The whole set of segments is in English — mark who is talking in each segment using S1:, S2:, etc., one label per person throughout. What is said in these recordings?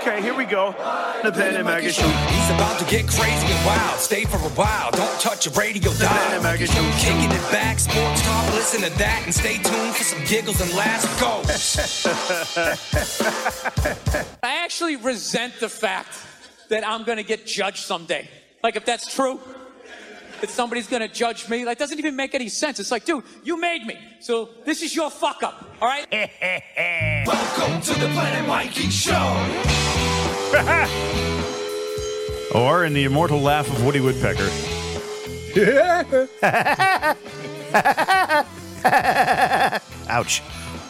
S1: Okay, here we go. Independent Mega Show.
S2: He's about to get crazy and wild. Stay for a while. Don't touch your radio dial.
S1: Independent Mega Show.
S2: Kicking it back, sports talk. Listen to that and stay tuned for some giggles and laughs. Go.
S3: I actually resent the fact that I'm going to get judged someday. Like, if that's true, that somebody's going to judge me, like, doesn't even make any sense. It's like, dude, you made me. So this is your fuck up, all right?
S2: Welcome to the Planet Mikey Show.
S1: Or in the immortal laugh of Woody Woodpecker. Ouch.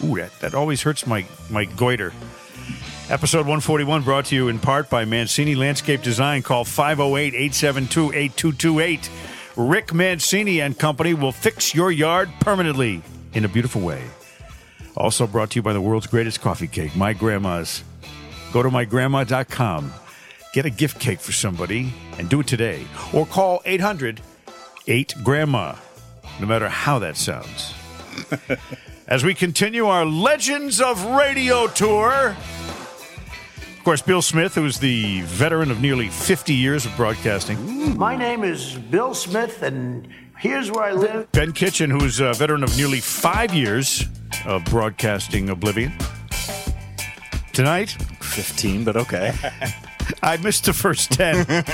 S1: Ooh, that, that always hurts my, my goiter. Episode 141 brought to you in part by Mancini Landscape Design. Call 508 872 8228. Rick Mancini and Company will fix your yard permanently in a beautiful way. Also brought to you by the world's greatest coffee cake, My Grandma's. Go to mygrandma.com, get a gift cake for somebody, and do it today. Or call 800 8 Grandma, no matter how that sounds. As we continue our Legends of Radio tour, of course, Bill Smith, who is the veteran of nearly 50 years of broadcasting,
S4: My name is Bill Smith, and here's where I live.
S1: Ben Kitchen, who is a veteran of nearly five years of broadcasting Oblivion. Tonight,
S5: 15, but okay.
S1: I missed the first 10.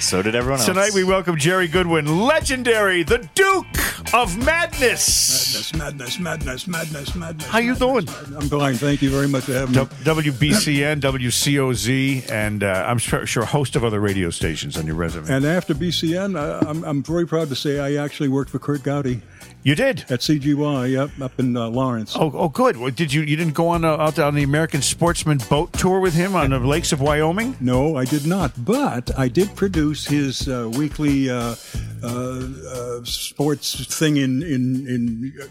S5: So did everyone else.
S1: Tonight we welcome Jerry Goodwin, legendary, the Duke of Madness.
S6: Madness, madness, madness, madness, madness.
S1: How you doing?
S6: I'm fine. Thank you very much for having me.
S1: W- WBCN, WCOZ, and uh, I'm sure, sure a host of other radio stations on your resume.
S6: And after BCN, I, I'm, I'm very proud to say I actually worked for Kurt Gowdy
S1: you did.
S6: at CGY yep, up in uh, Lawrence.
S1: Oh, oh, good. Well, did you? You didn't go on uh, out on the American Sportsman boat tour with him on the lakes of Wyoming?
S6: No, I did not. But I did produce his uh, weekly uh, uh, uh, sports thing in, in,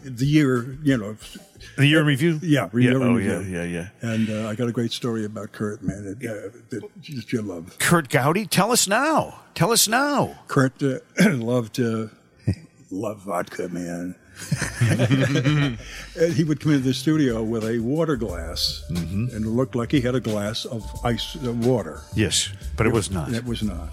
S6: in the year, you know.
S1: The year in review.
S6: Yeah,
S1: yeah.
S6: year in
S1: Oh, yeah,
S6: review.
S1: yeah, yeah.
S6: And uh, I got a great story about Kurt, man, that, uh, that just you love.
S1: Kurt Gowdy, tell us now. Tell us now.
S6: Kurt uh, loved uh, love vodka, man. and he would come into the studio with a water glass, and it looked like he had a glass of ice uh, water.
S1: Yes, but it was not.
S6: It was not.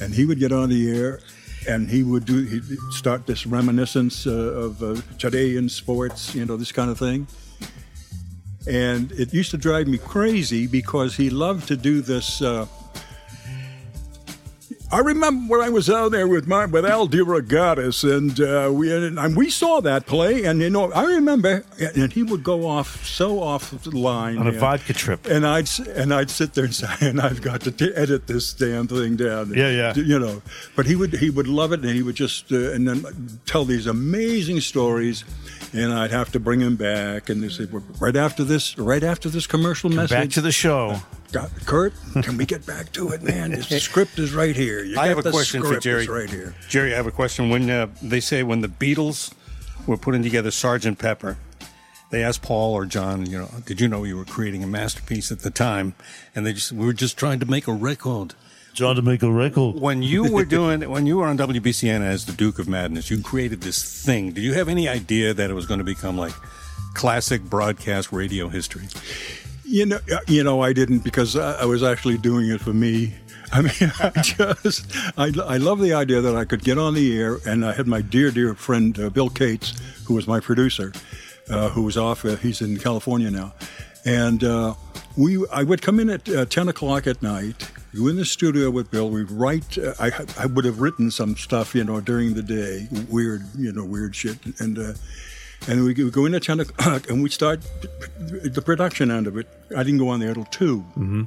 S6: And he would get on the air, and he would do he'd start this reminiscence uh, of uh, today in sports, you know, this kind of thing. And it used to drive me crazy because he loved to do this. Uh, I remember when I was out there with my with Al DeRogatis, and uh, we and, and we saw that play, and you know I remember, and, and he would go off so off the line
S1: On a
S6: man.
S1: vodka trip.
S6: and I'd s- and I'd sit there and say, and I've got to t- edit this damn thing down.
S1: Yeah, yeah.
S6: You know, but he would he would love it, and he would just uh, and then tell these amazing stories, and I'd have to bring him back, and they say, "Well, right after this, right after this commercial
S1: Back
S6: message,
S1: to the show.
S6: God, Kurt, can we get back to it, man? The script is right here. You
S7: I
S6: got
S7: have a
S6: the
S7: question for
S6: script
S7: Jerry.
S6: is right here.
S7: Jerry, I have a question. When uh, they say when the Beatles were putting together Sergeant Pepper, they asked Paul or John, you know, did you know you were creating a masterpiece at the time? And they just we were just trying to make a record.
S1: John to make a record.
S7: When you were doing when you were on WBCN as the Duke of Madness, you created this thing. Did you have any idea that it was going to become like classic broadcast radio history?
S6: You know, uh, you know, I didn't because I, I was actually doing it for me. I mean, I just, I, I love the idea that I could get on the air, and I had my dear, dear friend uh, Bill Cates, who was my producer, uh, who was off. Uh, he's in California now, and uh, we, I would come in at uh, ten o'clock at night. Go in the studio with Bill. We'd write. Uh, I, I would have written some stuff, you know, during the day, weird, you know, weird shit, and. Uh, and we go in at 10 o'clock and we start the production end of it. I didn't go on there till 2. Mm-hmm.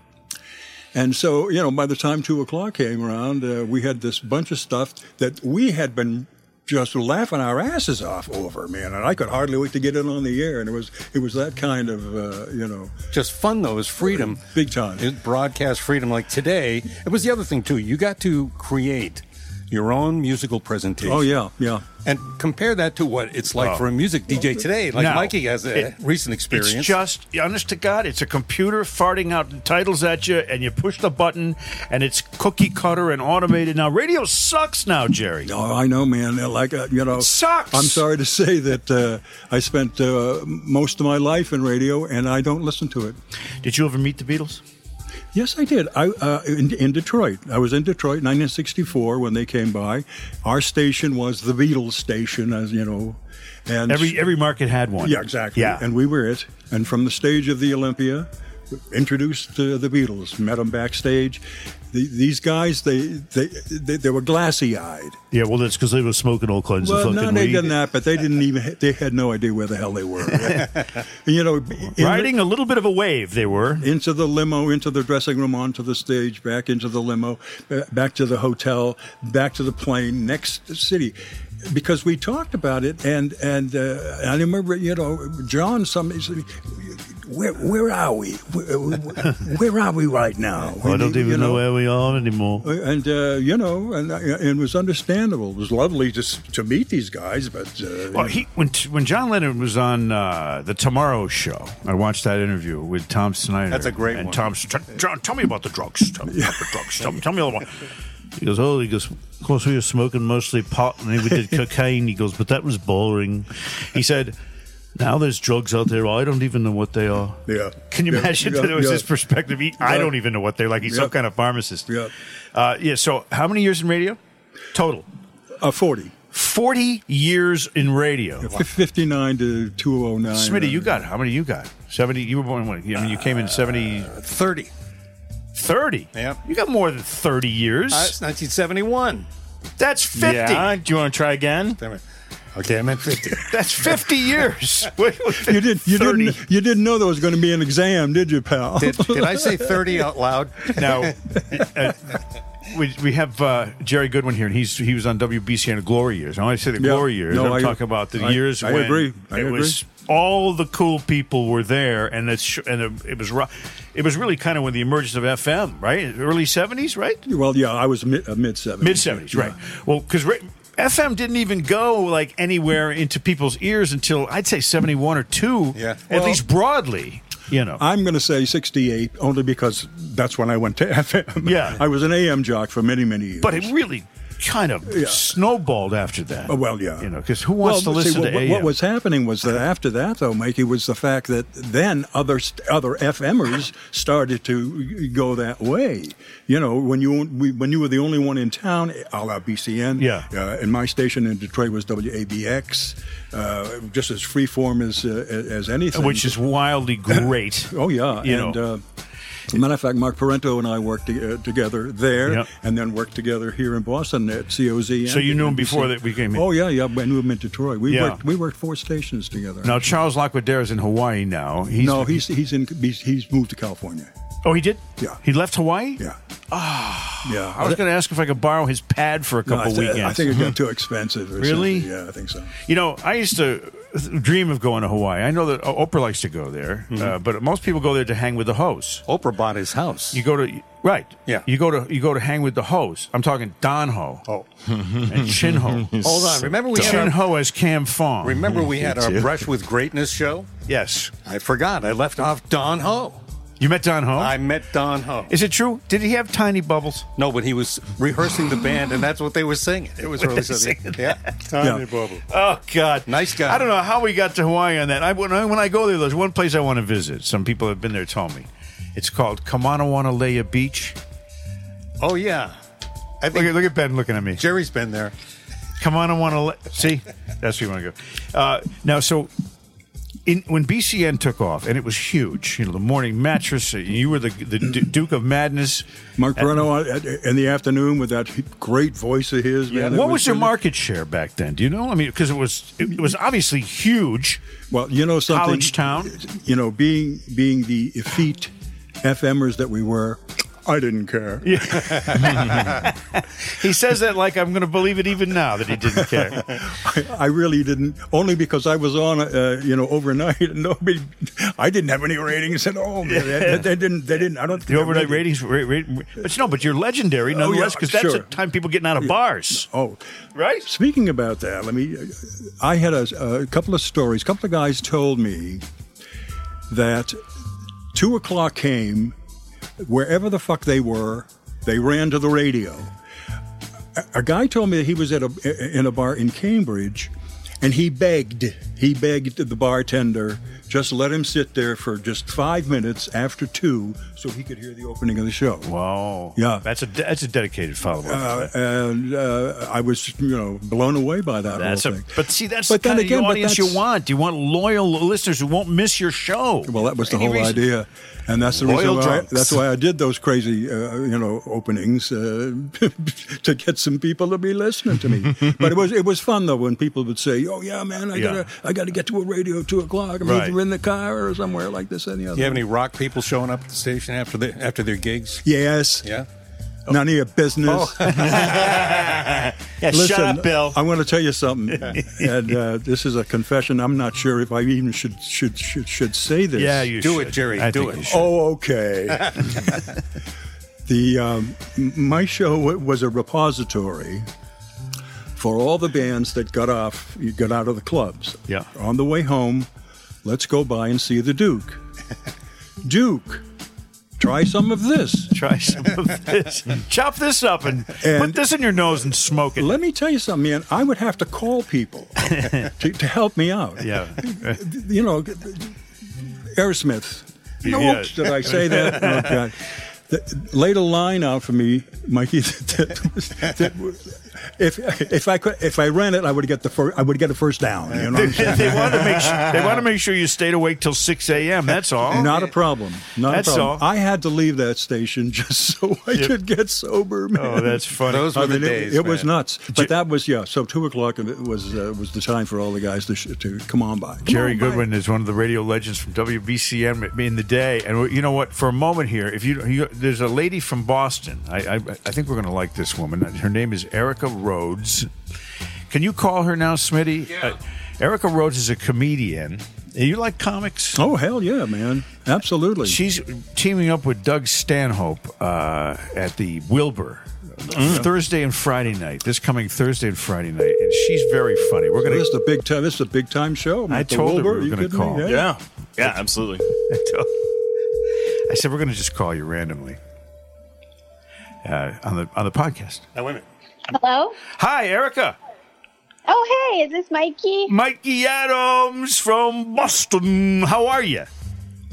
S6: And so, you know, by the time 2 o'clock came around, uh, we had this bunch of stuff that we had been just laughing our asses off over, man. And I could hardly wait to get it on the air. And it was, it was that kind of, uh, you know,
S7: just fun though. It was freedom,
S6: Big time.
S7: It was broadcast freedom. Like today, it was the other thing too. You got to create your own musical presentation.
S6: oh, yeah, Oh. yeah.
S7: And compare that to what it's like for a music DJ today. Like
S1: No.
S7: Mikey has a
S1: It-
S7: recent experience.
S1: It's just, honest to God, it's a computer farting out titles at you, and you push the button, and it's cookie cutter and automated. Now, radio sucks now, Jerry.
S6: Oh, I know, man. Like uh, you know,
S1: sucks.
S6: I'm sorry to say that uh, I spent uh, most of my life in radio, and I don't listen to it.
S1: Did you ever meet the Beatles?
S6: Yes, I did. I uh, in, in Detroit. I was in Detroit, 1964, when they came by. Our station was the Beatles station, as you know. And
S1: Every every market had one.
S6: yeah, exactly.
S1: Yeah,
S6: and we were it. And from the stage of the Olympia, introduced uh, the Beatles, met them backstage. The, these guys, they they they, they were glassy eyed.
S1: yeah. Well, that's because they were smoking all kinds
S6: Well,
S1: of
S6: no,
S1: fucking
S6: they
S1: weed.
S6: didn't that, but they didn't even they had no idea where the hell they were. you know, in the-
S1: Riding a little bit of a wave, they were.
S6: into the limo, into the dressing room, onto the stage, back into the limo, ba- back to the hotel, back to the plane, next city. Because we talked about it, and and uh, I remember, you know, John. Some, he said, where where are we? Where, where are we right now?
S1: I don't
S6: You
S1: even know where we are anymore.
S6: And uh, you know, and, and it was understandable. It was lovely just to meet these guys, but uh,
S1: Well, he when when John Lennon was on uh, the Tomorrow Show, I watched that interview with Tom Snyder.
S7: That's a great
S1: and
S7: one.
S1: Tom, S- "T- John, tell me about the drugs. Tell me about the drugs. Tell, me- tell me all about. He goes, oh, he goes. Of course, we were smoking mostly pot, and then we did cocaine. He goes, but that was boring. He said, now there's drugs out there. I don't even know what they are.
S6: Yeah.
S1: Can you
S6: Yeah,
S1: imagine
S6: yeah,
S1: that it was
S6: yeah.
S1: his perspective? He, I
S6: Yeah.
S1: don't even know what they're like. He's some
S6: Yeah.
S1: kind of pharmacist.
S6: Yeah.
S1: Uh, yeah. So, how many years in radio? Total.
S6: uh, forty.
S1: 40 years in radio.
S6: F- 59 to 209.
S1: Smitty, you got how many? You got seventy. You were born when? I mean, you came in seventy.
S7: 30.
S1: Thirty.
S7: Yep.
S1: You got more than thirty years.
S7: Uh, it's 1971.
S1: That's fifty.
S5: Yeah. Do you want to try again?
S7: Damn it. Okay, I'm at 50.
S1: That's fifty years. What- what-
S6: You didn't. You
S1: 30.
S6: didn't. You didn't know there was going to be an exam, did you, pal?
S7: did, did I say 30 out loud?
S1: Now, uh, we, we have uh, Jerry Goodwin here, and he's he was on WBCN Glory Years. And when I say the
S6: Yeah.
S1: Glory Years,
S6: No,
S1: I'm
S6: I-
S1: talking about the
S6: I-
S1: years
S6: I
S1: when
S6: agree. I
S1: it
S6: agree.
S1: was all the cool people were there, and it's sh- and it, it was ru- it was really kind of when the emergence of FM, right? Early '70s, right?
S6: well, yeah, I was uh, mid mid seventies.
S1: mid seventies, right? Well, because FM didn't even go like anywhere into people's ears until I'd say seventy one or two,
S7: Yeah.
S1: at
S7: Well-
S1: least broadly. You know,
S6: I'm going to say 68, only because that's when I went to FM.
S1: Yeah.
S6: I was an AM jock for many, many years.
S1: but it really kind of
S6: Yeah.
S1: snowballed after that.
S6: Uh, well, yeah.
S1: you know, because who wants
S6: Well,
S1: to
S6: see,
S1: listen
S6: what,
S1: to
S6: what-
S1: AM?
S6: What was happening was that after that, though, Mikey, was the fact that then other st- other FMers started to go that way. You know, when you we, when you were the only one in town, a la BCN.
S1: Yeah.
S6: Uh, and my station in Detroit was WABX, uh, just as freeform as uh, as anything.
S1: which is wildly great.
S6: Oh yeah,
S1: You
S6: and
S1: know.
S6: uh, as a matter of fact, Mark Parento and I worked to, uh, together there,
S1: Yep.
S6: and then worked together here in Boston at COZ.
S1: So you knew him
S6: NBC.
S1: before that we came in?
S6: Oh yeah, yeah, I knew him in Detroit. We
S1: Yeah.
S6: worked we worked four stations together.
S1: now Charles Lockwood is in Hawaii now. He's,
S6: no, he's he's in he's, he's moved to California.
S1: oh he did
S6: Yeah.
S1: he left Hawaii
S6: Yeah. Ah. yeah.
S1: I was going to ask if I could borrow his pad for a
S6: No, I
S1: couple
S6: thi-
S1: weekends. Uh-huh.
S6: I think it got too expensive. or
S1: Really?
S6: something. Yeah, I think so.
S1: You know, I used to dream of going to Hawaii. I know that Oprah likes to go there,
S7: Mm-hmm.
S1: uh, but most people go there to hang with the hoes.
S7: Oprah bought his house.
S1: You go to right,
S7: Yeah.
S1: You go to you go to hang with the hoes. I'm talking Don Ho, oh, and Chin Ho.
S7: Hold on. Remember we had
S1: Chin
S7: our,
S1: Ho as Cam Fong.
S7: remember we had our Brush with Greatness show?
S1: yes,
S7: I forgot. I left off Don Ho.
S1: you met Don Ho.
S7: I met Don Ho.
S1: Is it true? Did he have tiny bubbles?
S7: No, but he was rehearsing the band, and that's what they were singing. It was really something. Yeah.
S6: Yeah.
S1: Oh God,
S7: Nice guy.
S1: I don't know how we got to Hawaii on that. I when I, when I go there, there's one place I want to visit. Some people have been there, told me. It's called Kamanawanaulea Beach.
S7: Oh, yeah. I
S1: Look
S7: think
S1: at, look at Ben looking at me.
S7: Jerry's been there.
S1: Come on, I want to let, see. That's where you want to go. Uh, now, so in, when BCN took off, and it was huge. You know, the morning mattress. uh, You were the the D- Duke of Madness.
S6: Mark Parento at- at- in the afternoon with that great voice of his. man, it
S1: what was your
S6: really-
S1: market share back then? Do you know? I mean, because it was it, was obviously huge.
S6: Well, you know something.
S1: College town.
S6: You know, being being the effete FMers that we were, I didn't care.
S1: He says that like I'm going to believe it even now that he didn't care.
S6: I, I really didn't. Only because I was on, uh, you know, overnight. And nobody, I didn't have any ratings at all. man. They, they didn't. They didn't. I don't. think
S1: The
S6: they
S1: overnight
S6: rated-
S1: ratings, ra- ra- but no, but you're legendary
S6: yeah,
S1: nonetheless because that's
S6: sure.
S1: the time people getting out of bars,
S6: Oh,
S1: right?
S6: Speaking about that, let me. I had a, a couple of stories. A couple of guys told me that two o'clock came, wherever the fuck they were, they ran to the radio. A, a guy told me that he was at a in a bar in Cambridge, and he begged. He begged the bartender, just let him sit there for just five minutes after two so he could hear the opening of the show.
S1: Wow.
S6: Yeah.
S1: Oh. That's a that's a dedicated follower.
S6: Uh, and uh, I was, you know, blown away by that
S1: that's
S6: whole
S1: a,
S6: thing.
S1: but see, that's
S6: But
S1: the
S6: then
S1: kind
S6: again,
S1: of
S6: but
S1: audience you
S6: that's-
S1: want. You want loyal listeners who won't miss your show.
S6: Well, that was the
S1: Any
S6: whole
S1: reason-
S6: idea, and that's the
S5: Loyal
S6: reason. Why
S5: drunks.
S6: that's why I did those crazy, uh, you know, openings uh, to get some people to be listening to me. but it was it was fun though when people would say, "Oh yeah, man, I
S1: Yeah.
S6: gotta I gotta get to a radio at two o'clock. I'm
S1: Right.
S6: either in the car or somewhere like this and the other."
S7: Do you have any rock people showing up at the station after the after their gigs?
S6: Yes.
S7: Yeah.
S6: None of your
S1: Oh.
S6: business.
S5: Yeah, shut up, Bill.
S6: I want to tell you something, and uh, this is a confession. I'm not sure if I even should should should, should say this.
S1: Yeah, you
S7: Do
S1: should.
S7: it, Jerry,
S1: I
S7: do
S1: think
S7: it.
S1: you should.
S6: Oh, okay. the um, m- my show wa- was a repository for all the bands that got off, you got out of the clubs.
S1: Yeah.
S6: On the way home, let's go by and see the Duke. Duke, try some of this.
S1: Try some of this. Chop this up and, put
S6: And-
S1: this in your nose and smoke it.
S6: Let me tell you something, man. I would have to call people to, to help me out.
S1: yeah.
S6: You know, Aerosmith. No,
S1: Yeah.
S6: oops, did I say that? Oh, God. The- laid a line out for me, Mikey. That, that- if if I could, if I ran it, I would get the first. I would get a first down. You know, what I'm saying?
S1: they want to make sure, they want to make sure you stayed awake till six a.m. That's all.
S6: not a problem. Not
S1: That's
S6: a problem.
S1: all.
S6: I had to leave that station just so I
S1: Yep.
S6: could get sober, man.
S1: Oh, that's funny.
S7: Those were
S6: I
S7: the
S6: mean, it-
S7: days.
S6: It, was
S7: man.
S6: nuts, but that was yeah. So two o'clock of it was uh, was the time for all the guys to, sh- to come on by. Come
S1: Jerry
S6: on by.
S1: Goodwin is one of the radio legends from WBCM in the day, and you know what? For a moment here, if you, you there's a lady from Boston. I I, I think we're going to like this woman. Her name is Erica Rhodes. Can you call her now, Smitty? Yeah. Erica Rhodes is a comedian. You like comics?
S6: Oh hell yeah, man! Absolutely.
S1: She's teaming up with Doug Stanhope uh, at the Wilbur Thursday and Friday night. This coming Thursday and Friday night, and she's very funny. We're going
S6: this
S1: to
S6: is the big time. This is a big time show.
S1: I
S6: At the
S1: told her we
S6: Wilbur,
S1: were
S6: you
S1: gonna
S6: kidding me?
S1: call.
S6: Yeah.
S5: yeah. Yeah, absolutely.
S1: I told- I said we're going to just call you randomly uh, on the on the podcast.
S7: Now, wait a minute.
S8: Hello?
S1: Hi, Erica.
S8: Oh, hey, is this Mikey?
S1: Mikey Adams from Boston. How are you?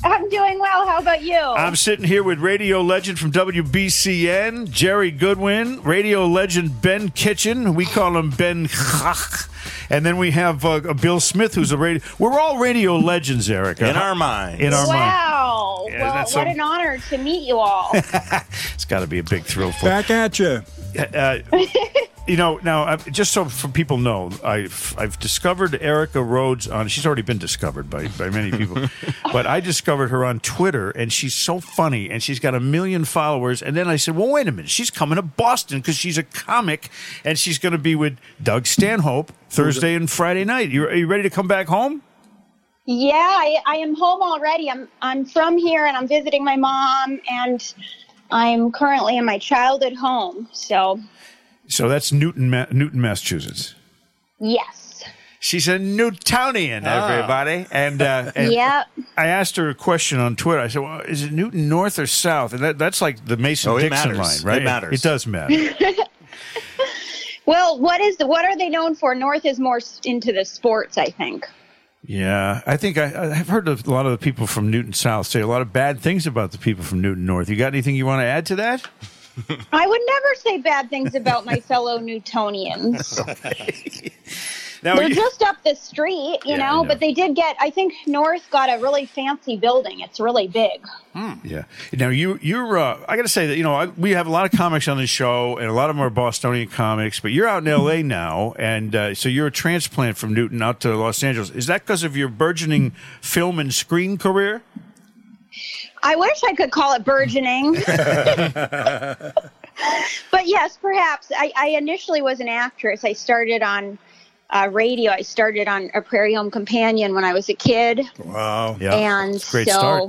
S8: I'm doing well. How about you?
S1: I'm sitting here with radio legend from WBCN, Jerry Goodwin, radio legend Ben Kitchen. We call him Ben Chach. And then we have uh, Bill Smith, who's a radio. We're all radio legends, Erica.
S5: In our minds.
S1: In our mind.
S8: wow.
S1: Yeah,
S8: well, what
S1: that's some-
S8: an honor to meet you all.
S1: It's got to be a big thrill for
S6: Back at you.
S1: You know, now I- just so for people know, I've I've discovered Erica Rhodes on. She's already been discovered by by many people, but I discovered her on Twitter, and she's so funny, and she's got a million followers. And then I said, well, wait a minute, she's coming to Boston because she's a comic, and she's going to be with Doug Stanhope Thursday and Friday night. You are you ready to come back home?
S8: yeah, I, I am home already. I'm, I'm from here and I'm visiting my mom, and I'm currently in my childhood home. So,
S1: So that's Newton, Ma- Newton, Massachusetts.
S8: yes.
S1: She's a Newtonian, everybody, and, uh, and
S8: Ah. Yep.
S1: I asked her a question on Twitter. I said, "Well, is it Newton North or South?" And that, that's like the Mason
S5: Oh, it
S1: Dixon line,
S5: matters.
S1: right?
S5: It matters.
S1: It does matter.
S8: Well, what is the what are they known for? North is more s- into the sports, I think.
S1: yeah, I think I, I've heard of a lot of the people from Newton South say a lot of bad things about the people from Newton North. You got anything you want to add to that?
S8: I would never say bad things about my fellow Newtonians.
S1: Now,
S8: They're
S1: you-
S8: just up the street,
S1: Oh, Yeah,
S8: you
S1: I
S8: know,
S1: know.
S8: but they did get, I think North got a really fancy building. It's really big.
S1: Yeah. Now you you're uh, I got to say that you know I, we have a lot of comics on the show and a lot of them are Bostonian comics, but you're out in L.A. now, and uh, so you're a transplant from Newton out to Los Angeles. Is that because of your burgeoning film and screen career?
S8: I wish I could call it burgeoning. but yes, perhaps. I, I initially was an actress. I started on uh, radio, I started on A Prairie Home Companion when I was a kid.
S6: Wow.
S1: Yeah.
S8: Oh. and
S1: Oh, It's a great
S8: so
S1: start.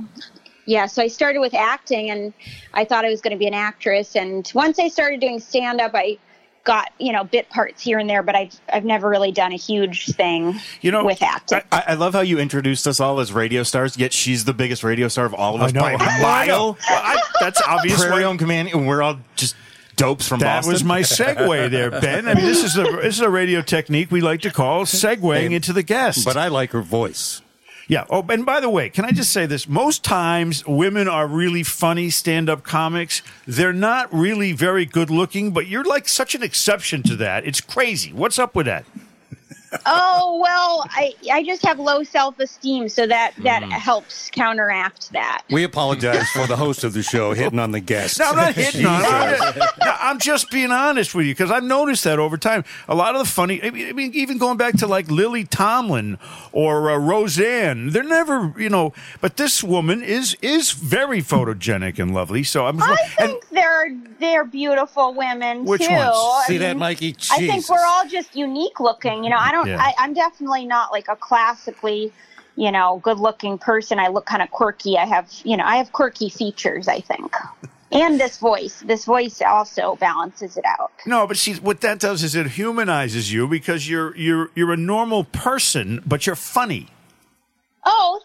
S8: yeah so i started with acting and i thought i was going to be an actress and once i started doing stand up i got you know bit parts here and there but i've i've never really done a huge thing
S1: You know,
S8: with acting
S5: I, I love how you introduced us all as radio stars, yet she's the biggest radio star of all of us
S1: know.
S5: by a
S1: I know.
S5: mile.
S1: Well, I- that's obvious.
S5: Prairie
S1: why-
S5: Home Command, and we're all just dopes from
S1: That
S5: Boston.
S1: was my segue there, Ben. I mean, this is a this is a radio technique we like to call segueing into the guest.
S7: But I like her voice.
S1: yeah. Oh, and by the way, can I just say this? Most times, women are really funny stand-up comics. They're not really very good-looking, but you're like such an exception to that. It's crazy. What's up with that?
S8: Oh well, I I just have low self esteem, so that that
S1: Hmm.
S8: helps counteract that.
S7: We apologize for the host of the show Oh, hitting on the guest.
S1: No, I'm not hitting on. it. I'm
S7: Jesus.
S1: just, no, I'm just being honest with you because I've noticed that over time. A lot of the funny, I mean, I mean, even going back to like Lily Tomlin or uh, Roseanne, they're never, you know. But this woman is is very photogenic and lovely. So I'm.
S8: I
S1: and,
S8: think they're they're beautiful women
S1: Which
S8: too.
S1: ones?
S8: I
S7: See that,
S8: mean,
S7: Mikey?
S8: I think
S7: Jesus.
S8: we're all just unique looking. You know, I don't.
S1: Yeah.
S8: I, I'm definitely not like a classically, you know, good looking person. I look kind of quirky. I have, you know, I have quirky features. I think, and this voice. This voice also balances it out.
S1: No, but see, what that does is it humanizes you because you're you're you're a normal person, but you're funny.
S8: Oh,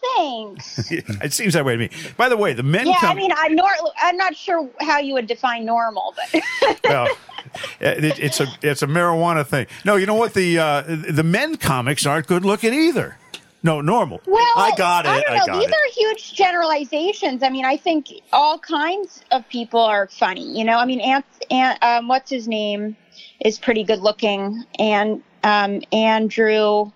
S8: thanks.
S1: It seems that way to me. By the way, the men
S8: yeah, I
S1: come.
S8: mean, I'm nor- I'm not sure how you would define normal, but
S1: well, it, it's a it's a marijuana thing. No, you know what? The uh, the men comics aren't good looking either. No, normal.
S8: Well,
S5: I got it.
S8: don't
S5: I
S8: know.
S5: got
S8: These
S5: it.
S8: are huge generalizations. I mean, I think all kinds of people are funny. You know, I mean, Ant, Ant um, what's his name, is pretty good looking, and um, Andrew.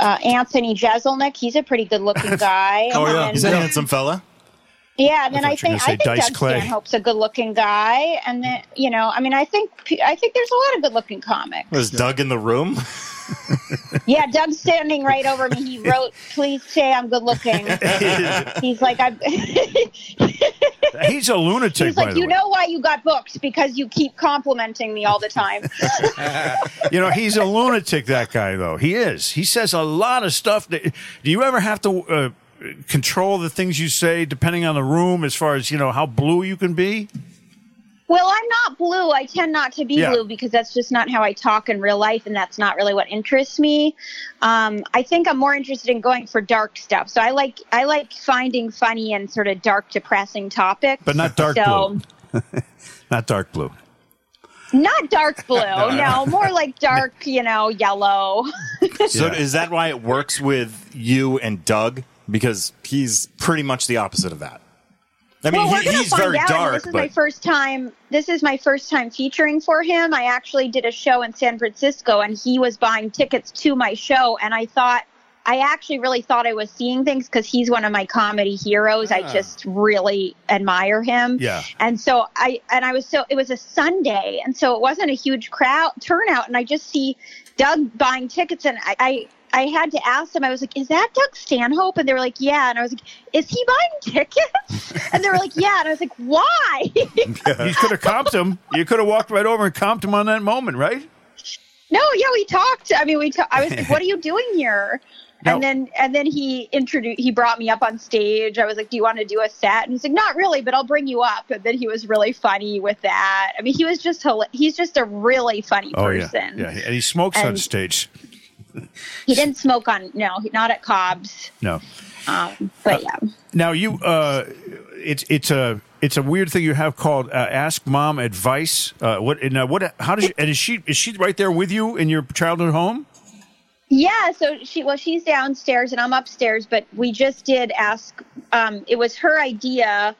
S8: Uh, Anthony Jeselnik, he's a pretty good-looking guy.
S6: Oh, yeah.
S8: And
S5: He's a handsome fella.
S8: yeah, and then
S1: I
S8: I,
S1: thought you were
S8: think I
S1: gonna
S8: think
S1: say Dice
S8: Doug
S1: Clay.
S8: Stanhope's a good-looking guy, and then you know, I mean, I think I think there's a lot of good-looking comics.
S5: Was Doug in the room?
S8: Yeah, Doug's standing right over me. He wrote, "Please say I'm good looking." He's like, "I'm."
S1: He's a lunatic.
S8: He's
S1: by
S8: like,
S1: the
S8: "You
S1: way.
S8: know why you got booked? Because you keep complimenting me all the time."
S1: you know, he's a lunatic. That guy, though, he is. He says a lot of stuff. That, do you ever have to uh, control the things you say, depending on the room, as far as you know how blue you can be?
S8: well, I'm not blue. I tend not to be
S1: Yeah.
S8: blue because that's just not how I talk in real life, and that's not really what interests me. Um, I think I'm more interested in going for dark stuff. So I like I like finding funny and sort of dark, depressing topics,
S1: But not dark
S8: So-
S1: blue. Not dark blue.
S8: Not dark blue. no, more like dark, you know, yellow.
S5: So
S1: Yeah.
S5: is that why it works with you and Doug? Because he's pretty much the opposite of that. I mean,
S8: well, we're
S5: he,
S8: gonna
S5: he's
S8: find
S5: very
S8: out. I mean,
S5: dark,
S8: This is my
S5: but
S8: first time. This is my first time featuring for him. I actually did a show in San Francisco, and he was buying tickets to my show, and I thought. I actually really thought I was seeing things because he's one of my comedy heroes. I
S5: Ah.
S8: just really admire him.
S1: Yeah.
S8: And so I and I was so it was a Sunday, and so it wasn't a huge crowd turnout, and I just see Doug buying tickets, and I. I I had to ask them. I was like, "Is that Doug Stanhope?" And they were like, "Yeah." And I was like, "Is he buying tickets?" And they were like, "Yeah." And I was like, "Why?"
S1: You could have comped him. You could have walked right over and comped him on that moment, right?
S8: no, yeah, we talked. I mean, we. Ta- I was like, "What are you doing here?"
S1: No.
S8: And then and then he introduced. He brought me up on stage. I was like, "Do you want to do a set?" And he's like, "Not really, but I'll bring you up." And then he was really funny with that. I mean, he was just hila- he's just a really funny
S1: Oh, yeah,
S8: person.
S1: yeah. And he smokes on
S8: And-
S1: stage.
S8: He didn't smoke on no, he- not at Cobb's.
S1: No.
S8: Um,
S1: Uh,
S8: but yeah.
S1: Now you, uh, it's it's a it's a weird thing you have called uh, "Ask Mom Advice." Uh, what and uh, what? How does she, and is she is she right there with you in your childhood home?
S8: Yeah, so she well, she's downstairs and I'm upstairs, but we just did ask. Um, it was her idea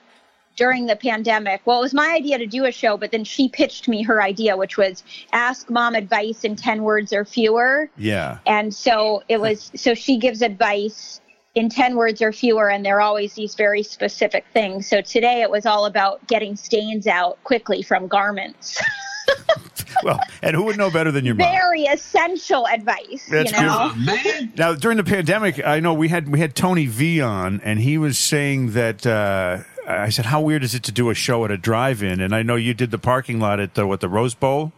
S8: during the pandemic. Well, it was my idea to do a show, but then she pitched me her idea, which was ask mom advice in ten words or fewer.
S1: Yeah.
S8: And so it was. So she gives advice in ten words or fewer, and they're always these very specific things. So today it was all about getting stains out quickly from garments.
S1: Well, and who would know better than your mom?
S8: Very essential advice.
S1: That's
S8: you know.
S1: Now, during the pandemic, I know we had we had Tony V on, and he was saying that. Uh, I said, "How weird is it to do a show at a drive-in?" And I know you did the parking lot at the what the Rose Bowl.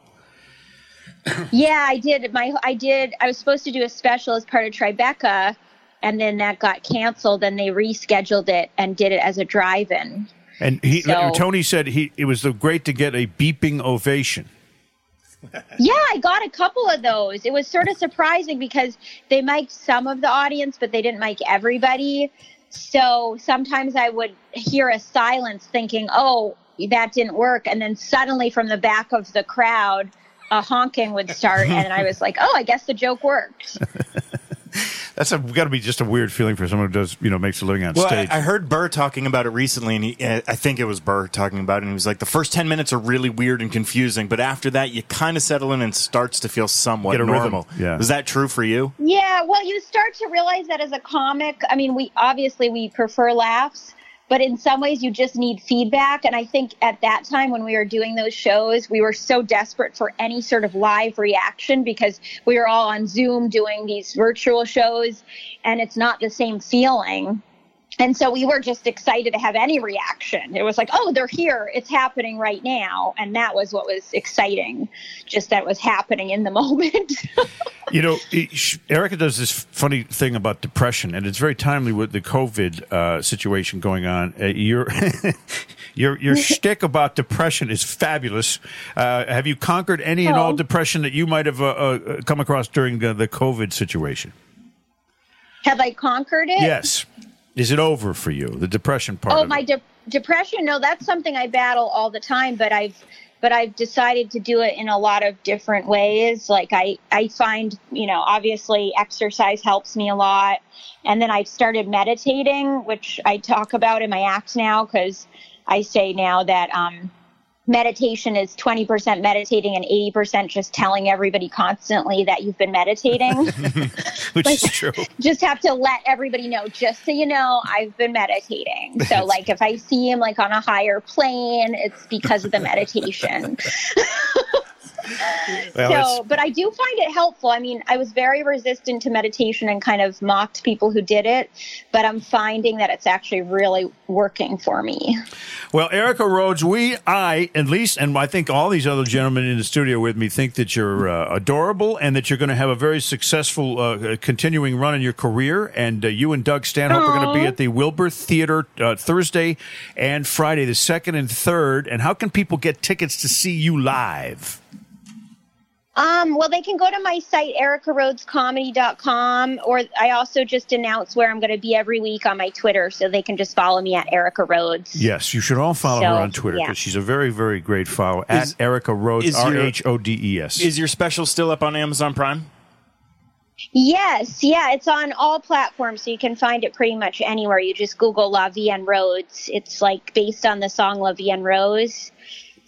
S8: Yeah, I did. My I did. I was supposed to do a special as part of Tribeca, and then that got canceled. And they rescheduled it and did it as a drive-in.
S1: And he,
S8: So-
S1: Tony said he it was the, great to get a beeping ovation.
S8: Yeah, I got a couple of those. It was sort of surprising because they mic'd some of the audience, but they didn't mic everybody. So sometimes I would hear a silence, thinking, "Oh, that didn't work. And then suddenly from the back of the crowd, a honking would start. and I was like, oh, I guess the joke worked.
S1: That's got to be just a weird feeling for someone who does, you know, makes a living on
S5: Well, I,
S1: stage.
S5: I heard Burr talking about it recently, and he, uh, I think it was Burr talking about it. And he was like, the first ten minutes are really weird and confusing, but after that, you kind of settle in and it starts to feel somewhat
S1: Get a rhythm,
S5: normal.
S1: yeah.
S5: Is that true for you?
S8: Yeah, well, you start to realize that as a comic, I mean, we obviously we prefer laughs, but in some ways you just need feedback. And I think at that time when we were doing those shows, we were so desperate for any sort of live reaction because we were all on Zoom doing these virtual shows and it's not the same feeling. And so we were just excited to have any reaction. It was like, oh, they're here. It's happening right now. And that was what was exciting, just that it was happening in the moment.
S1: you know, it- sh- Erica does this funny thing about depression, and it's very timely with the COVID uh, situation going on. Uh, your your your shtick about depression is fabulous. Uh, have you conquered any and all
S8: Oh.
S1: depression that you might have uh, uh, come across during the, the COVID situation?
S8: have I conquered it?
S1: Yes. Is it over for you? The depression part.
S8: Oh,
S1: of
S8: my
S1: it?
S8: de- depression. No, that's something I battle all the time, but I've but I've decided to do it in a lot of different ways. Like I I find, you know, obviously exercise helps me a lot. And then I've started meditating, which I talk about in my act now cuz I say now that um meditation is 20% meditating and 80% just telling everybody constantly that you've been meditating.
S1: which is true.
S8: just have to let everybody know just so you know i've been meditating so like if i see him like on a higher plane it's because of the meditation
S1: that's-
S8: so but i do find it helpful i mean i was very resistant to meditation and kind of mocked people who did it but i'm finding that it's actually really working for me
S1: Well, Erica Rhodes, we, I, at least, and I think all these other gentlemen in the studio with me think that you're uh, adorable and that you're going to have a very successful uh, continuing run in your career. And uh, you and Doug Stanhope are going to be
S8: Aw.
S1: at the Wilbur Theater uh, Thursday and Friday, the second and third. And how can people get tickets to see you live?
S8: Um, well, they can go to my site, ericarhodescomedy.com, or I also just announce where I'm going to be every week on my Twitter, so they can just follow me at Erica Rhodes.
S1: Yes, you should all follow her
S8: So,
S1: on Twitter because
S8: yeah.
S1: she's a very, very great follower
S5: Is-
S1: at Erica Rhodes,
S5: is your-
S1: R H O D E S.
S5: Is your special still up on Amazon Prime?
S8: Yes, yeah, it's on all platforms, so you can find it pretty much anywhere. You just Google La Vie en Rhodes. It's like based on the song La Vie en Rose.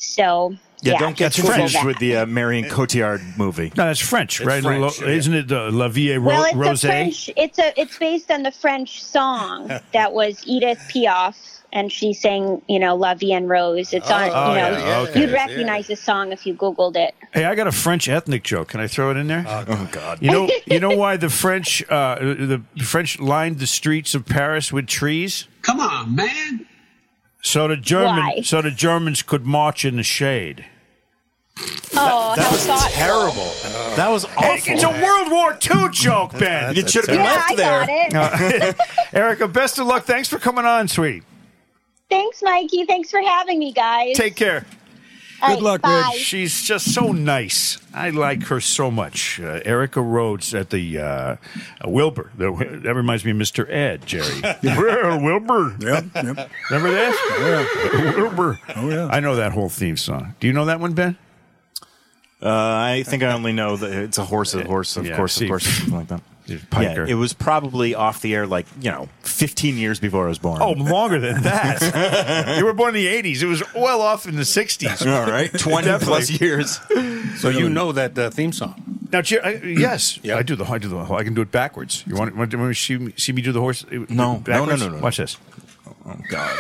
S8: So yeah,
S5: don't get
S8: just Google
S5: confused
S8: that.
S5: with the uh, Marion Cotillard movie.
S1: No, that's French, right?
S5: French,
S1: Lo-
S5: yeah.
S1: Isn't it uh, La Vie Ro-
S8: well, it's
S1: Rose?
S8: a French. It's a. It's based on the French song that was Edith Piaf, and she sang, you know, "La Vie en Rose." It's on.
S1: oh,
S8: you know,
S1: yeah, yeah,
S8: you'd
S1: yeah.
S8: recognize the song if you Googled it.
S1: Hey, I got a French ethnic joke. Can I throw it in there?
S5: Oh God!
S1: you know, you know why the French, uh, the French lined the streets of Paris with trees?
S9: Come on, man.
S1: So the German,
S8: Why?
S1: so the Germans could march in the shade.
S8: Oh, how thoughtful.
S5: Terrible. That was awful.
S1: It's a World War II joke, Ben.
S5: it should have been
S8: Yeah,
S5: left
S8: I
S5: there.
S8: got it.
S1: Erica, best of luck. Thanks for coming on, sweetie.
S8: Thanks, Mikey. Thanks for having me, guys.
S1: Take care.
S8: All
S6: good luck,
S8: bye.
S6: Rich.
S1: She's just so nice. I like her so much. Uh, Erica Rhodes at the uh, Wilbur. The- that reminds me of Mr. Ed, Jerry. Well, Wilbur.
S6: Yep, yep.
S1: Remember that? Wilbur.
S6: Oh, yeah.
S1: I know that whole theme song. Do you know that one, Ben?
S5: Uh, I think I only know that it's a horse, a horse, of
S1: Yeah,
S5: course,
S1: see.
S5: of course, something like that.
S1: It's Piker.
S5: Yeah, it was probably off the air like you know, 15 years before I was born.
S1: Oh, longer than that. you were born in the 80s. It was well off in the 60s.
S5: all right, 20 plus years.
S7: So you know that uh, theme song.
S1: Now, Jer- I, yes,
S7: Yeah.
S1: I do the I do the I can do it backwards. You want, want, want to see, me- see me do the horse? No,
S5: no, no,
S1: backwards?
S5: no, no, no.
S1: Watch this. Oh,
S5: God.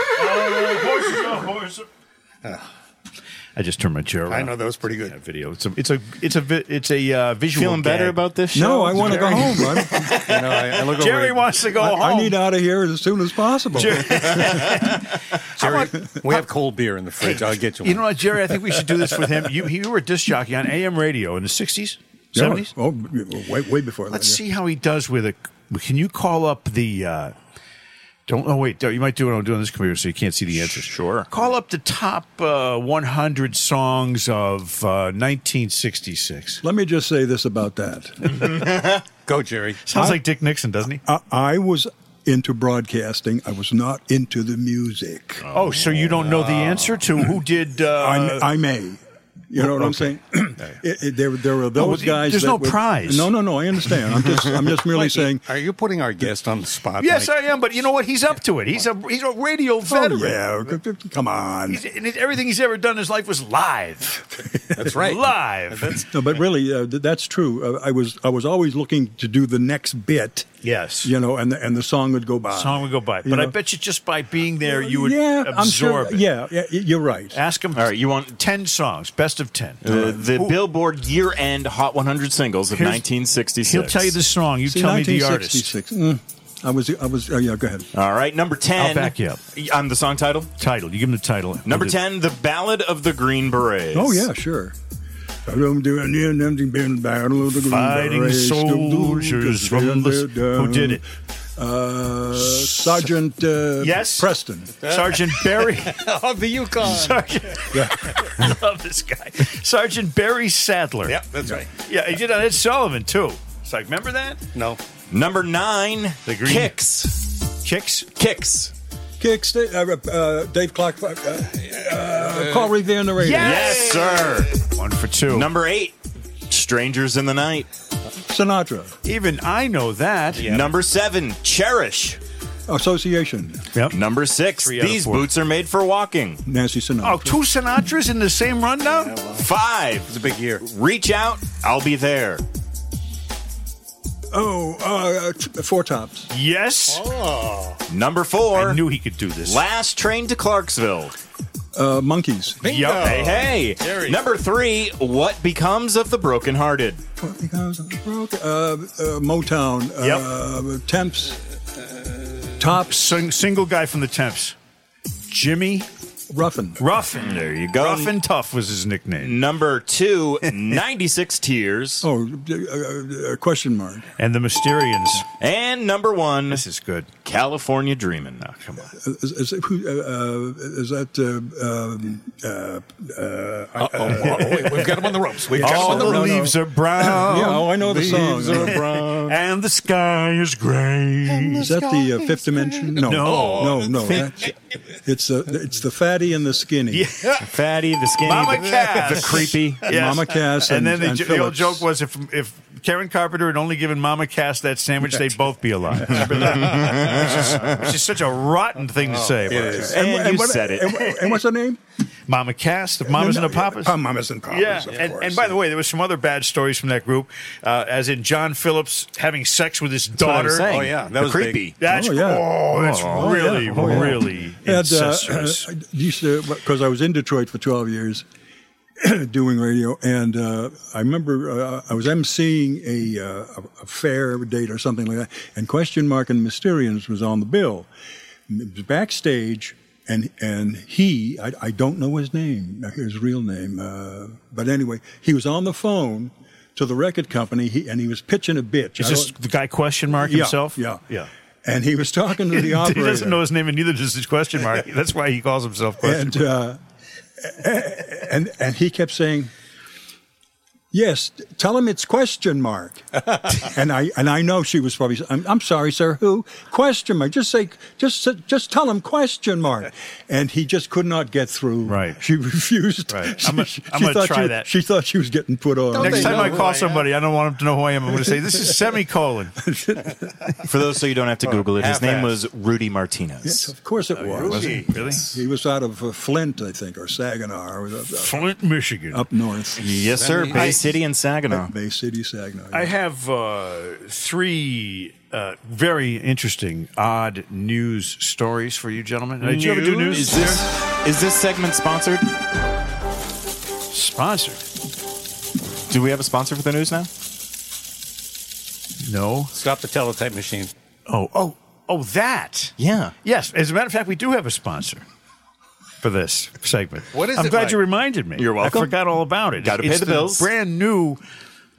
S1: I just turned my chair. Around.
S7: I know that was pretty good.
S1: That video. It's a it's a it's a vi- it's a uh, visual.
S5: Feeling better
S1: gag.
S5: about this? Show?
S6: No, I want to go home. I'm,
S7: You know, I, I look
S1: Jerry
S7: over,
S1: wants to go home.
S6: I, I need out of here as soon as possible.
S7: Jerry, we have cold beer in the fridge. I'll get you. One.
S1: You know what, Jerry? I think we should do this with him. You you were a disc jockey on AM radio in the '60s,
S6: No,
S1: '70s.
S6: oh, way, way before that.
S1: Let's
S6: yeah.
S1: see how he does with it. Can you call up the? Uh, don't. Oh wait, you might do it. I'm doing this computer, so you can't see the answers.
S5: Sure.
S1: Call up the top uh, 100 songs of uh, 1966.
S6: Let me just say this about that.
S7: Go, Jerry.
S1: Sounds like Dick Nixon, doesn't he?
S6: I, I was into broadcasting. I was not into the music.
S1: Oh, so you don't know the answer to who did? Uh,
S6: I'm- I may. You know what I'm saying? It- it- there, there were those
S1: well,
S6: guys.
S1: there's
S6: that
S1: no
S6: were-
S1: prize.
S6: No, no, no. I understand. I'm just, I'm just merely
S7: Mikey,
S6: saying.
S7: Are you putting our guest on the spot?
S1: yes,
S7: Mike?
S1: I am. But you know what? He's up to it. He's a he's a radio
S6: Oh,
S1: veteran.
S6: yeah, c- c- come on.
S1: He's, and everything he's ever done in his life was live.
S7: That's right.
S1: Live.
S6: No, but really, uh, th- that's true. Uh, I was, I was always looking to do the next bit.
S1: Yes.
S6: You know, and the, and the song would go by.
S1: song would go by. But
S6: You
S1: I
S6: know?
S1: bet you just by being there, you would
S6: yeah,
S1: absorb
S6: I'm sure,
S1: it.
S6: Yeah, yeah, y- you're right.
S1: Ask him.
S5: All right, you want-
S1: ten songs, best of ten.
S5: The, the
S1: Who-
S5: Billboard year end Hot 100 singles of
S1: Here's-
S5: 1966.
S1: He'll tell you the song. You
S6: See,
S1: tell me the artist.
S6: 1966. Mm, I was, I was. Oh, yeah, go ahead.
S5: All right, number 10.
S1: I'll back you up.
S5: On the song title?
S1: Title. You give him the title.
S5: Number
S1: We'll do-
S5: 10, The Ballad of the Green Berets.
S6: Oh yeah, sure. I don't do any of them to be in battle of the Green
S1: Fighting
S6: Berets.
S1: soldiers from the- who did it?
S6: Uh, Sergeant uh,
S1: Yes?
S6: Preston.
S1: Sergeant Barry.
S7: Of the Yukon.
S1: Sergeant. I love this guy. Sergeant Barry Sadler.
S7: Yep, that's right.
S1: Yeah, he did on Ed Sullivan too. It's like, remember that?
S7: No.
S5: Number 9,
S1: The Green-
S5: Kicks.
S1: Chicks.
S5: Kicks.
S6: Kicks uh, uh, Dave Clark. Uh, uh, Paul Revere and the Raiders.
S5: Yes, sir.
S1: One for two.
S5: Number 8, Strangers in the Night.
S6: Sinatra
S1: Even I know that.
S5: Number 7, Cherish.
S6: Association.
S1: Yep.
S5: Number 6,
S1: Three out of
S5: These
S1: four.
S5: Boots Are Made for Walking.
S6: Nancy Sinatra.
S1: Oh, two Sinatras in the same rundown?
S5: 5,
S7: It's a big year.
S5: Reach Out, I'll Be There.
S6: Oh, uh, t- Four Tops.
S1: Yes.
S5: Number
S1: I
S5: 4,
S1: knew he could do this.
S5: Last Train to Clarksville.
S6: Uh, monkeys.
S1: Yup.
S5: Hey,
S7: There
S5: hey.
S7: he
S5: Number three, What Becomes of the Brokenhearted?
S6: What becomes of the broken- Uh, uh, Motown. Uh, temps. Tops.
S1: Sing- single guy from the Temps. Jimmy
S6: Ruffin.
S1: Ruffin.
S5: There you go.
S1: Rough and Tough was his nickname.
S5: Number two, 96 Tears.
S6: Oh, uh, uh, question mark.
S1: And the Mysterians.
S5: And number one,
S1: This is good.
S5: California Dreamin'.
S1: Oh, come on.
S6: Is, is, it- who, uh, uh, is that? Uh, um, uh,
S9: Uh, oh, wait, we've got him on the ropes. We've got him
S1: All
S9: on the
S1: the
S9: ropes.
S1: leaves are brown.
S6: yeah, oh, I know the song.
S1: And the sky is gray.
S6: Is that the uh, Fifth Dimension? No,
S1: No.
S6: no, no. That's, it's uh, it's the fatty and the skinny.
S5: Fatty, the skinny,
S1: Mama
S5: the,
S1: Cass.
S5: the creepy.
S1: Yes.
S6: Mama Cass
S1: and,
S6: and-
S1: then the,
S6: and
S1: j- the old
S6: Phillips.
S1: joke was if if Karen Carpenter had only given Mama Cass that sandwich, they'd both be alive. Remember that? which, is, which is such a rotten thing to say.
S5: Oh, And, you
S6: what-
S5: said it.
S6: And, wha- and what's her name?
S1: Mama Cass, the mamas and the papas.
S6: Pa- Mamas and Papas.
S1: yeah,
S6: of
S1: and,
S6: course.
S1: and by the way, there was some other bad stories from that group, uh, as in John Phillips having sex with his
S5: That's what I
S1: daughter.
S5: was saying.
S7: Oh, yeah, that
S5: The
S7: was big.
S5: creepy.
S1: That's
S6: Oh, yeah.
S1: oh, that's
S6: Oh, yeah.
S1: really,
S6: Oh, yeah.
S1: really
S6: And, uh,
S1: incestuous.
S6: uh, used to because I was in Detroit for twelve years doing radio, and uh, I remember uh, I was emceeing a, uh, a- a fair date or something like that, and Question Mark and Mysterians was on the bill, And it was backstage. And, and he, I, I don't know his name, his real name, uh, but anyway, he was on the phone to the record company he, and he was pitching a bitch.
S1: is
S6: I
S1: this
S6: don't-
S1: the guy question mark
S6: uh, yeah,
S1: himself?
S6: Yeah.
S1: yeah.
S6: And he was talking to the operator.
S1: He doesn't know his name, and neither does his question mark. That's why he calls himself question
S6: and
S1: mark.
S6: uh, and and he kept saying, "Yes, tell him it's question mark." and I and I know she was probably. I'm, I'm sorry, sir. Who question mark? Just say just say- just tell him question mark. And he just could not get through.
S1: Right.
S6: She refused.
S1: Right.
S6: She,
S1: I'm gonna-
S6: she
S1: I'm gonna
S6: thought
S1: try
S6: she,
S1: that.
S6: She thought she was getting put on.
S1: Next time
S7: know
S1: I
S7: who
S1: call
S7: I am?
S1: somebody, I don't want him to know who I am. I'm going to say, this is semicolon.
S5: For those so you don't have to
S1: Oh,
S5: Google it, his name
S7: half-assed.
S5: was Rudy Martinez.
S6: Yes, of course it was.
S1: Really?
S6: He was out of uh, Flint, I think, or Saginaw, or uh,
S1: Flint, Michigan.
S6: up north.
S5: Yes, sir. Bay City and Saginaw.
S6: Bay City, Saginaw.
S1: I have uh, three uh, very interesting, odd news stories for you gentlemen. Did you ever do news?
S5: Is this, is this segment sponsored?
S1: sponsored?
S5: Do we have a sponsor for the news now?
S1: No.
S7: Stop the teletype machine.
S1: Oh, oh, oh, that.
S5: Yeah.
S1: Yes. As a matter of fact, we do have a sponsor for this segment.
S9: What is
S1: I'm
S9: it,
S1: glad
S9: Mike?
S1: you reminded me.
S5: You're welcome.
S1: I forgot all about it.
S5: Gotta pay
S1: It's
S5: the bills.
S1: Brand new,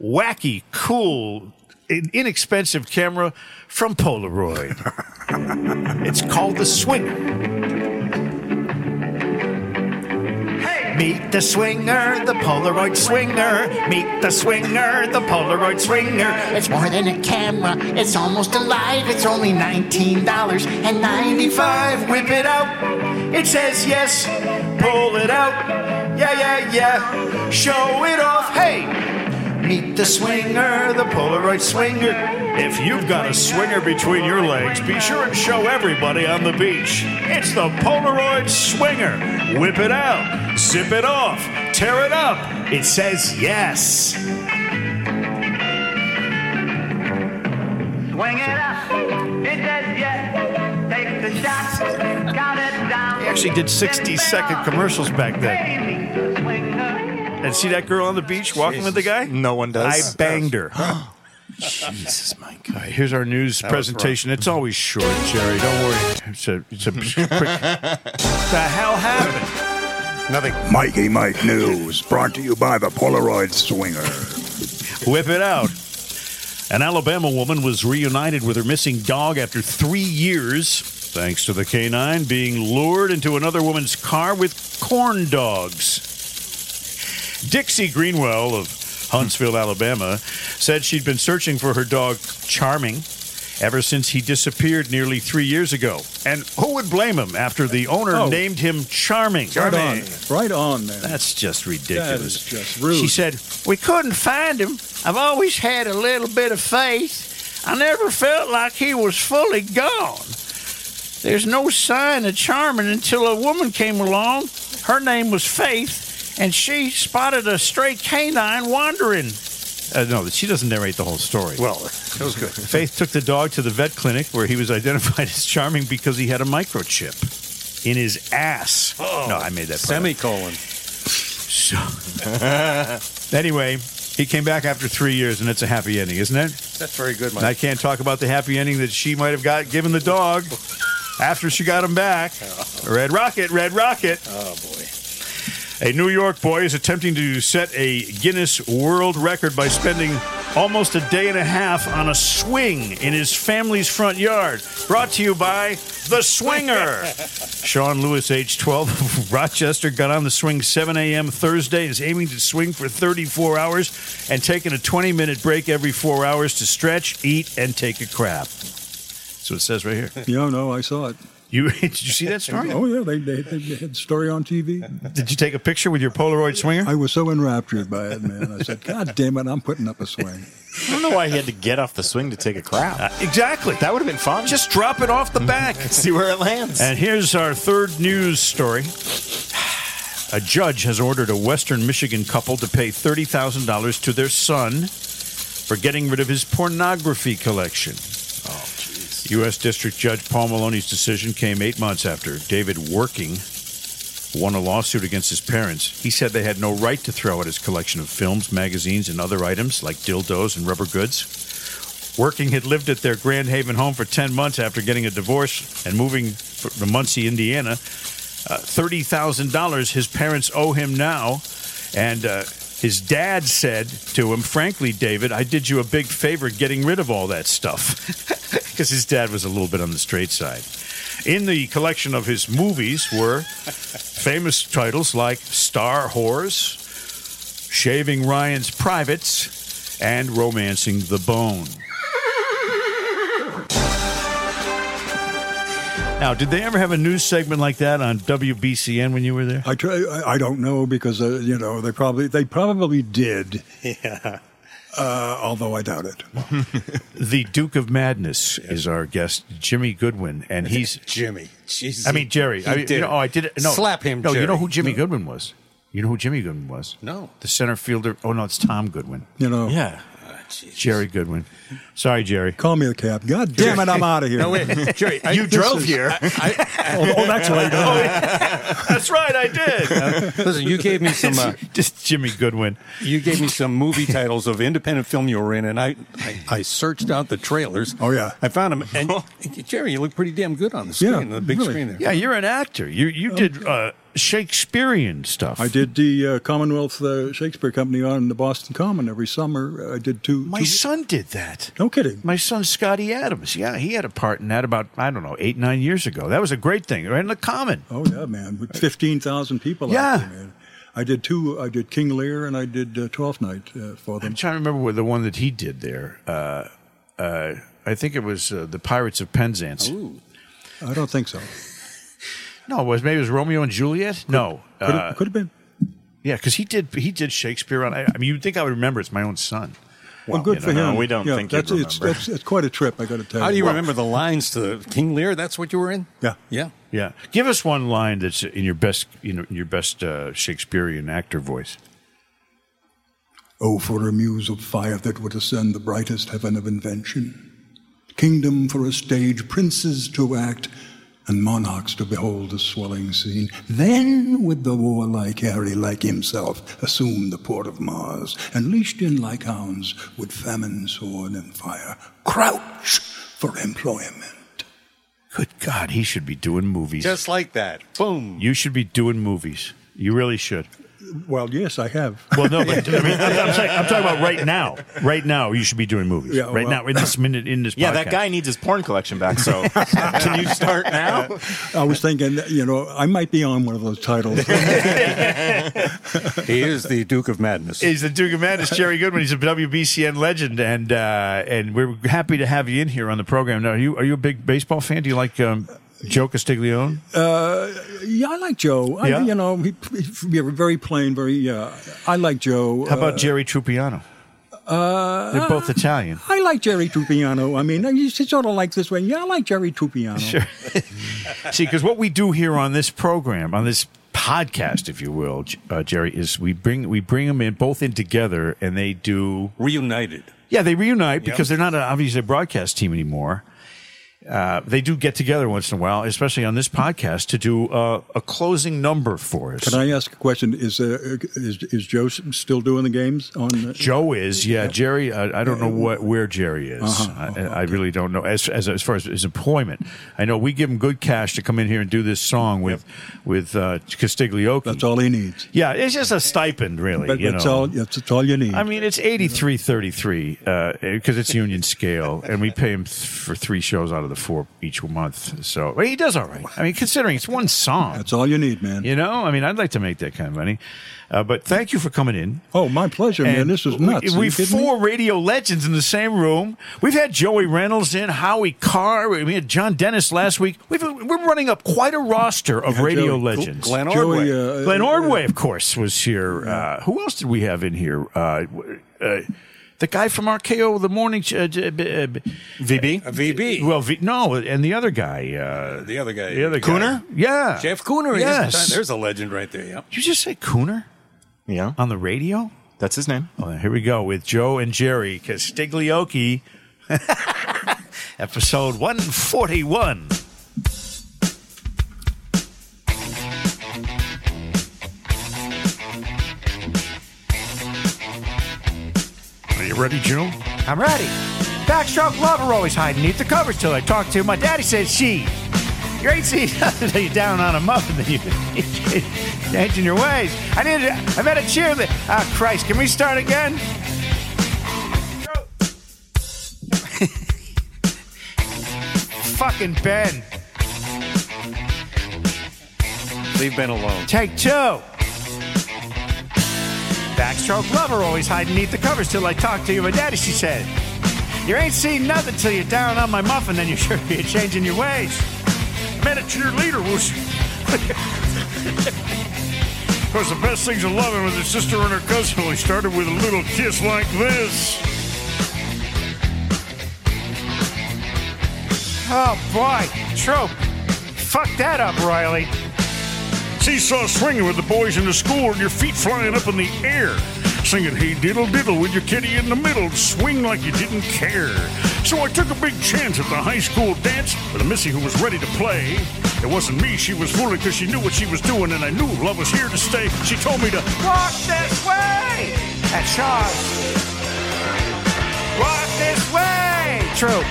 S1: wacky, cool, in- inexpensive camera from Polaroid. it's called the Swinger. Hey, Meet the swinger, the Polaroid swinger. Meet the swinger, the Polaroid swinger.
S10: It's more than a camera, it's almost alive. It's only $19.95.
S1: Whip it out. It says yes. Pull it out. Yeah, yeah, yeah. Show it off. Hey. Meet the swinger, the Polaroid swinger. If you've got a swinger between your legs, be sure and show everybody on the beach. It's the Polaroid swinger. Whip it out, zip it off, tear it up. It says yes.
S11: Swing it up. It says yes. Take the shot. Count it down.
S1: They actually did 60 second commercials back then.
S11: Crazy swinger.
S1: And see that girl on the beach walking with the guy?
S5: No one does.
S1: I banged her.
S5: Jesus, Mike.
S1: All right, here's our news presentation. It's always short, Jerry. Don't worry. It's a, it's a quick. the hell happened?
S9: Nothing.
S12: Mikey Mike News, brought to you by the Polaroid Swinger.
S1: Whip it out. An Alabama woman was reunited with her missing dog after three years, thanks to the canine being lured into another woman's car with corn dogs. Dixie Greenwell of Huntsville, Alabama, said she'd been searching for her dog, Charming, ever since he disappeared nearly three years ago. And who would blame him after the owner
S6: Oh.
S1: named him Charming?
S6: Right on, right on, man.
S1: That's just
S6: that
S1: ridiculous.
S6: is just rude.
S12: She said, We couldn't find him. I've always had a little bit of faith. I never felt like he was fully gone. There's no sign of Charming until a woman came along. Her name was Faith, and she spotted a stray canine wandering.
S1: Uh, no, she doesn't narrate the whole story.
S9: Well, that was good.
S1: Faith took the dog to the vet clinic where he was identified as Charming because he had a microchip in his ass.
S9: Oh.
S1: no, I made that part up.
S7: Semicolon.
S1: Anyway, he came back after three years, and it's a happy ending, isn't it?
S7: That's very good,
S1: And I
S7: Mike.
S1: can't talk about the happy ending that she might have got given the dog after she got him back. Red Rocket, Red Rocket.
S7: Oh boy.
S1: A New York boy is attempting to set a Guinness World Record by spending almost a day and a half on a swing in his family's front yard. Brought to you by The Swinger. Sean Lewis, age 12, of Rochester, got on the swing 7 a.m. Thursday, is aiming to swing for 34 hours and taking a 20 minute break every four hours to stretch, eat, and take a crap. So it says right here.
S6: yeah, no, I saw it.
S1: You did you see that story?
S6: Oh yeah, they, they, they had the story on TV.
S1: Did you take a picture with your Polaroid swinger?
S6: I was so enraptured by it, man. I said, God damn it, I'm putting up a swing.
S5: I don't know why he had to get off the swing to take a crap.
S1: Uh, Exactly.
S5: That would have been fun.
S1: Just drop it off the back.
S5: see where it lands.
S1: And here's our third news story. A judge has ordered a Western Michigan couple to pay $30,000 to their son for getting rid of his pornography collection. U.S. District Judge Paul Maloney's decision came eight months after David Working won a lawsuit against his parents. He said they had no right to throw out his collection of films, magazines, and other items like dildos and rubber goods. Working had lived at their Grand Haven home for 10 months after getting a divorce and moving from Muncie, Indiana. Uh, $30,000 his parents owe him now. And uh, his dad said to him, Frankly, David, I did you a big favor getting rid of all that stuff. Because his dad was a little bit on the straight side. In the collection of his movies were famous titles like Star Whores, Shaving Ryan's Privates, and Romancing the Bone. Now, did they ever have a news segment like that on WBCN when you were there?
S6: I try. I, I don't know because uh, you know they probably they probably did. Yeah. Uh, although I doubt it.
S1: The Duke of Madness is our guest, Jimmy Goodwin, and he's.
S7: Jimmy. Jesus.
S1: I mean, Jerry.
S7: He
S1: I mean,
S7: did
S1: you know,
S7: it.
S1: oh, I did it. No,
S7: Slap him,
S1: No, you
S7: Jerry.
S1: know who Jimmy Goodwin was. You know who Jimmy Goodwin was.
S7: No.
S1: the center fielder. Oh no, it's Tom Goodwin.
S6: You know.
S1: Yeah,
S7: Ah, Jesus.
S1: Jerry Goodwin. Sorry, Jerry.
S6: Call me a cab. God damn it, I'm out of here.
S7: No, wait, Jerry. I,
S5: you
S7: this
S5: drove
S7: is-
S5: here.
S7: I,
S6: Oh, oh, that's later.
S1: That's right, I did.
S7: I, listen, you gave me some. Uh,
S1: Just Jimmy Goodwin.
S7: you gave me some movie titles of independent film you were in, and I, I, I searched out the trailers.
S6: Oh, yeah. Oh.
S7: I found them. And Jerry, you look pretty damn good on the screen,
S6: Yeah,
S7: the big
S6: really.
S7: screen there.
S1: Yeah, you're an actor. You
S7: Oh.
S1: you did uh, Shakespearean stuff.
S6: I did the uh, Commonwealth uh, Shakespeare Company on the Boston Common every summer. I did two.
S1: My
S6: two-
S1: son did that.
S6: No kidding.
S1: My son Scotty Adams. Yeah, he had a part in that about I don't know eight nine years ago. That was a great thing. Right in the common.
S6: Oh yeah, man! With fifteen thousand people.
S1: Yeah.
S6: out there, man. I did two. I did King Lear and I did uh, Twelfth Night uh, for them.
S1: I'm trying to remember what the one that he did there. Uh, uh, I think it was uh, the Pirates of Penzance.
S6: I don't think so.
S1: No, it was maybe it was Romeo and Juliet. no,
S6: could have-
S1: uh,
S6: could have been.
S1: yeah, because he did he did Shakespeare on. I, I mean, you'd think I would remember. It's my own son.
S6: Well, good
S1: you
S6: for
S1: know,
S6: him. Yeah, that's, it's, that's, it's quite a trip. I got to tell you.
S7: How do you
S6: Well,
S7: remember the lines to King Lear? That's what you were in?
S6: Yeah.
S7: Yeah.
S1: Yeah, give us one line that's in your best, you know, in your best uh, Shakespearean actor voice.
S6: Oh, for a muse of fire that would ascend the brightest heaven of invention, kingdom for a stage, princes to act, and monarchs to behold the swelling scene. Then would the warlike Harry, like himself, assume the port of Mars, and leashed in like hounds, would famine, sword, and fire crouch for employment.
S1: Good God, he should be doing movies.
S7: Just like that. Boom.
S1: You should be doing movies. You really should.
S6: Well, yes, I have.
S1: Well, no, but I mean, I'm, I'm saying- I'm talking about right now. Right now, you should be doing movies.
S5: Yeah,
S1: right
S5: well-
S1: now, in this minute, in this.
S5: Yeah, that
S1: podcast.
S5: guy needs his porn collection back. So can you start now?
S6: I was thinking, you know, I might be on one of those titles.
S7: he is the Duke of Madness.
S1: He's the Duke of Madness, Jerry Goodwin. He's a WBCN legend, and uh, and we're happy to have you in here on the program. Now, are you are you a big baseball fan? Do you like um, Joe Castiglione?
S6: Uh, yeah, I like Joe.
S1: Yeah?
S6: I, you know, he, he, yeah, very plain, very. Uh, I like Joe.
S1: How about
S6: Uh,
S1: Jerry Trupiano?
S6: Uh,
S1: They're both Italian.
S6: I like Jerry Trupiano. I mean, he's sort of like this way. Yeah, I like Jerry Trupiano.
S1: Sure. See, because what we do here on this program, on this podcast, if you will, J- uh, Jerry, is we bring we bring them in both in together, and they do
S7: reunited.
S1: Yeah, they reunite because they're not an, obviously a broadcast team anymore. Uh, they do get together once in a while, especially on this podcast, to do uh, a closing number for us.
S6: Can I ask a question? Is uh, is, is Joe s- still doing the games on? Uh,
S1: Joe is, yeah. Jerry, I, I don't know what where Jerry is.
S6: Uh-huh.
S1: I, I really don't know. As, as as far as his employment, I know we give him good cash to come in here and do this song with with uh, Castiglione. That's
S6: all he needs.
S1: Yeah, it's just a stipend, really.
S6: but
S1: you
S6: that's
S1: know.
S6: all. That's, that's all you need.
S1: I mean, it's eighty three thirty three because it's union scale, and we pay him th- for three shows out of the four each month. So well, he does all right. I mean, considering it's one song, that's
S6: all you need, man.
S1: You know, I mean, I'd like to make that kind of money, uh, but thank you for coming in.
S6: Oh, my pleasure, man. This was nuts. Are you
S1: We, have
S6: kidding me?
S1: four radio legends in the same room. We've had Joey Reynolds in, Howie Carr. We had John Dennis last week. We've, we're running up quite a roster of
S6: Yeah,
S1: radio
S6: Joey.
S1: legends.
S6: Glenn Ordway. Joey, uh,
S1: Glenn
S6: uh,
S1: Ordway, of course, was here. Uh, who else did we have in here? Uh, w- uh, the guy from RKO, the morning ch- uh, j- b- uh, b-
S7: VB, VB.
S1: Well, v- no, and the other guy, uh,
S7: The other guy.
S1: the other guy.
S7: Cooner?
S1: yeah,
S7: Jeff Cooner. is-
S1: Yes.
S7: There's a legend right there. Yeah.
S1: Did you just say Cooner?
S5: Yeah.
S1: On the radio?
S5: That's his name.
S1: Oh, here we go with Joe and Jerry Castiglioki, episode 141. Are you ready, Joe?
S13: I'm ready. Backstroke lover always hiding neath the covers till I talk to. him. My daddy says she. Your ain't seen nothing till you down on a muffin. Then you changing your ways. I need. A, I met a cheerleader. Ah, Christ! Can we start again? Fucking Ben.
S7: Leave Ben alone.
S13: Take two. Backstroke lover always hiding neath the covers till I talk to you. My daddy, she said. You ain't seen nothing till you're down on my muffin, then you sure be changing your ways. I met a cheerleader was.
S14: Of course, the best things in loving with his sister and her cousin. We started with a little kiss like this.
S13: Oh boy, true. Fuck that up, Riley.
S14: Seesaw swinging with the boys in the school and your feet flying up in the air. Singing Hey Diddle Diddle with your kitty in the middle. Swing like you didn't care. So I took a big chance at the high school dance with a missy who was ready to play. It wasn't me she was fooling because she knew what she was doing and I knew love was here to stay. She told me to
S13: Walk this way! At Shaw's. Walk this way! True.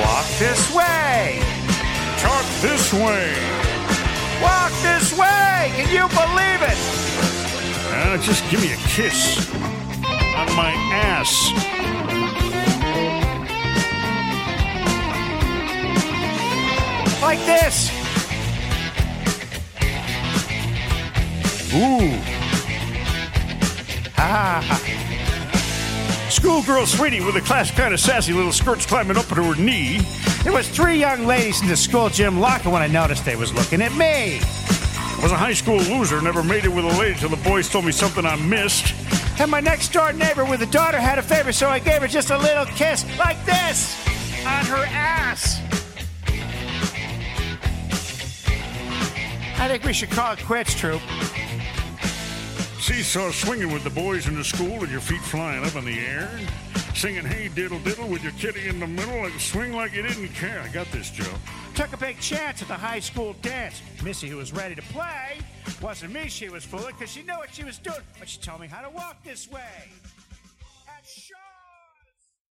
S13: Walk this way!
S14: Talk this way!
S13: Walk this way! Can you believe it?
S14: Ah, just give me a kiss on my ass.
S13: Like this!
S14: Ooh. Ha ha Schoolgirl Sweeney with a class kind of sassy little skirts climbing up to her knee.
S8: There was three young ladies in the school gym locker when I noticed they was looking at me.
S14: Was a high school loser, never made it with a lady till the boys told me something I missed.
S8: And my next door neighbor with a daughter had a favor, so I gave her just a little kiss like this on her ass. I think we should call it quits, troop.
S14: Seesaw swinging with the boys in the school and your feet flying up in the air. Singing Hey Diddle Diddle with your kitty in the middle and swing like you didn't care. I got this, Joe.
S8: Took a big chance at the high school dance. Missy, who was ready to play, wasn't me she was fooling because she knew what she was doing, but she told me how to walk this way. At short-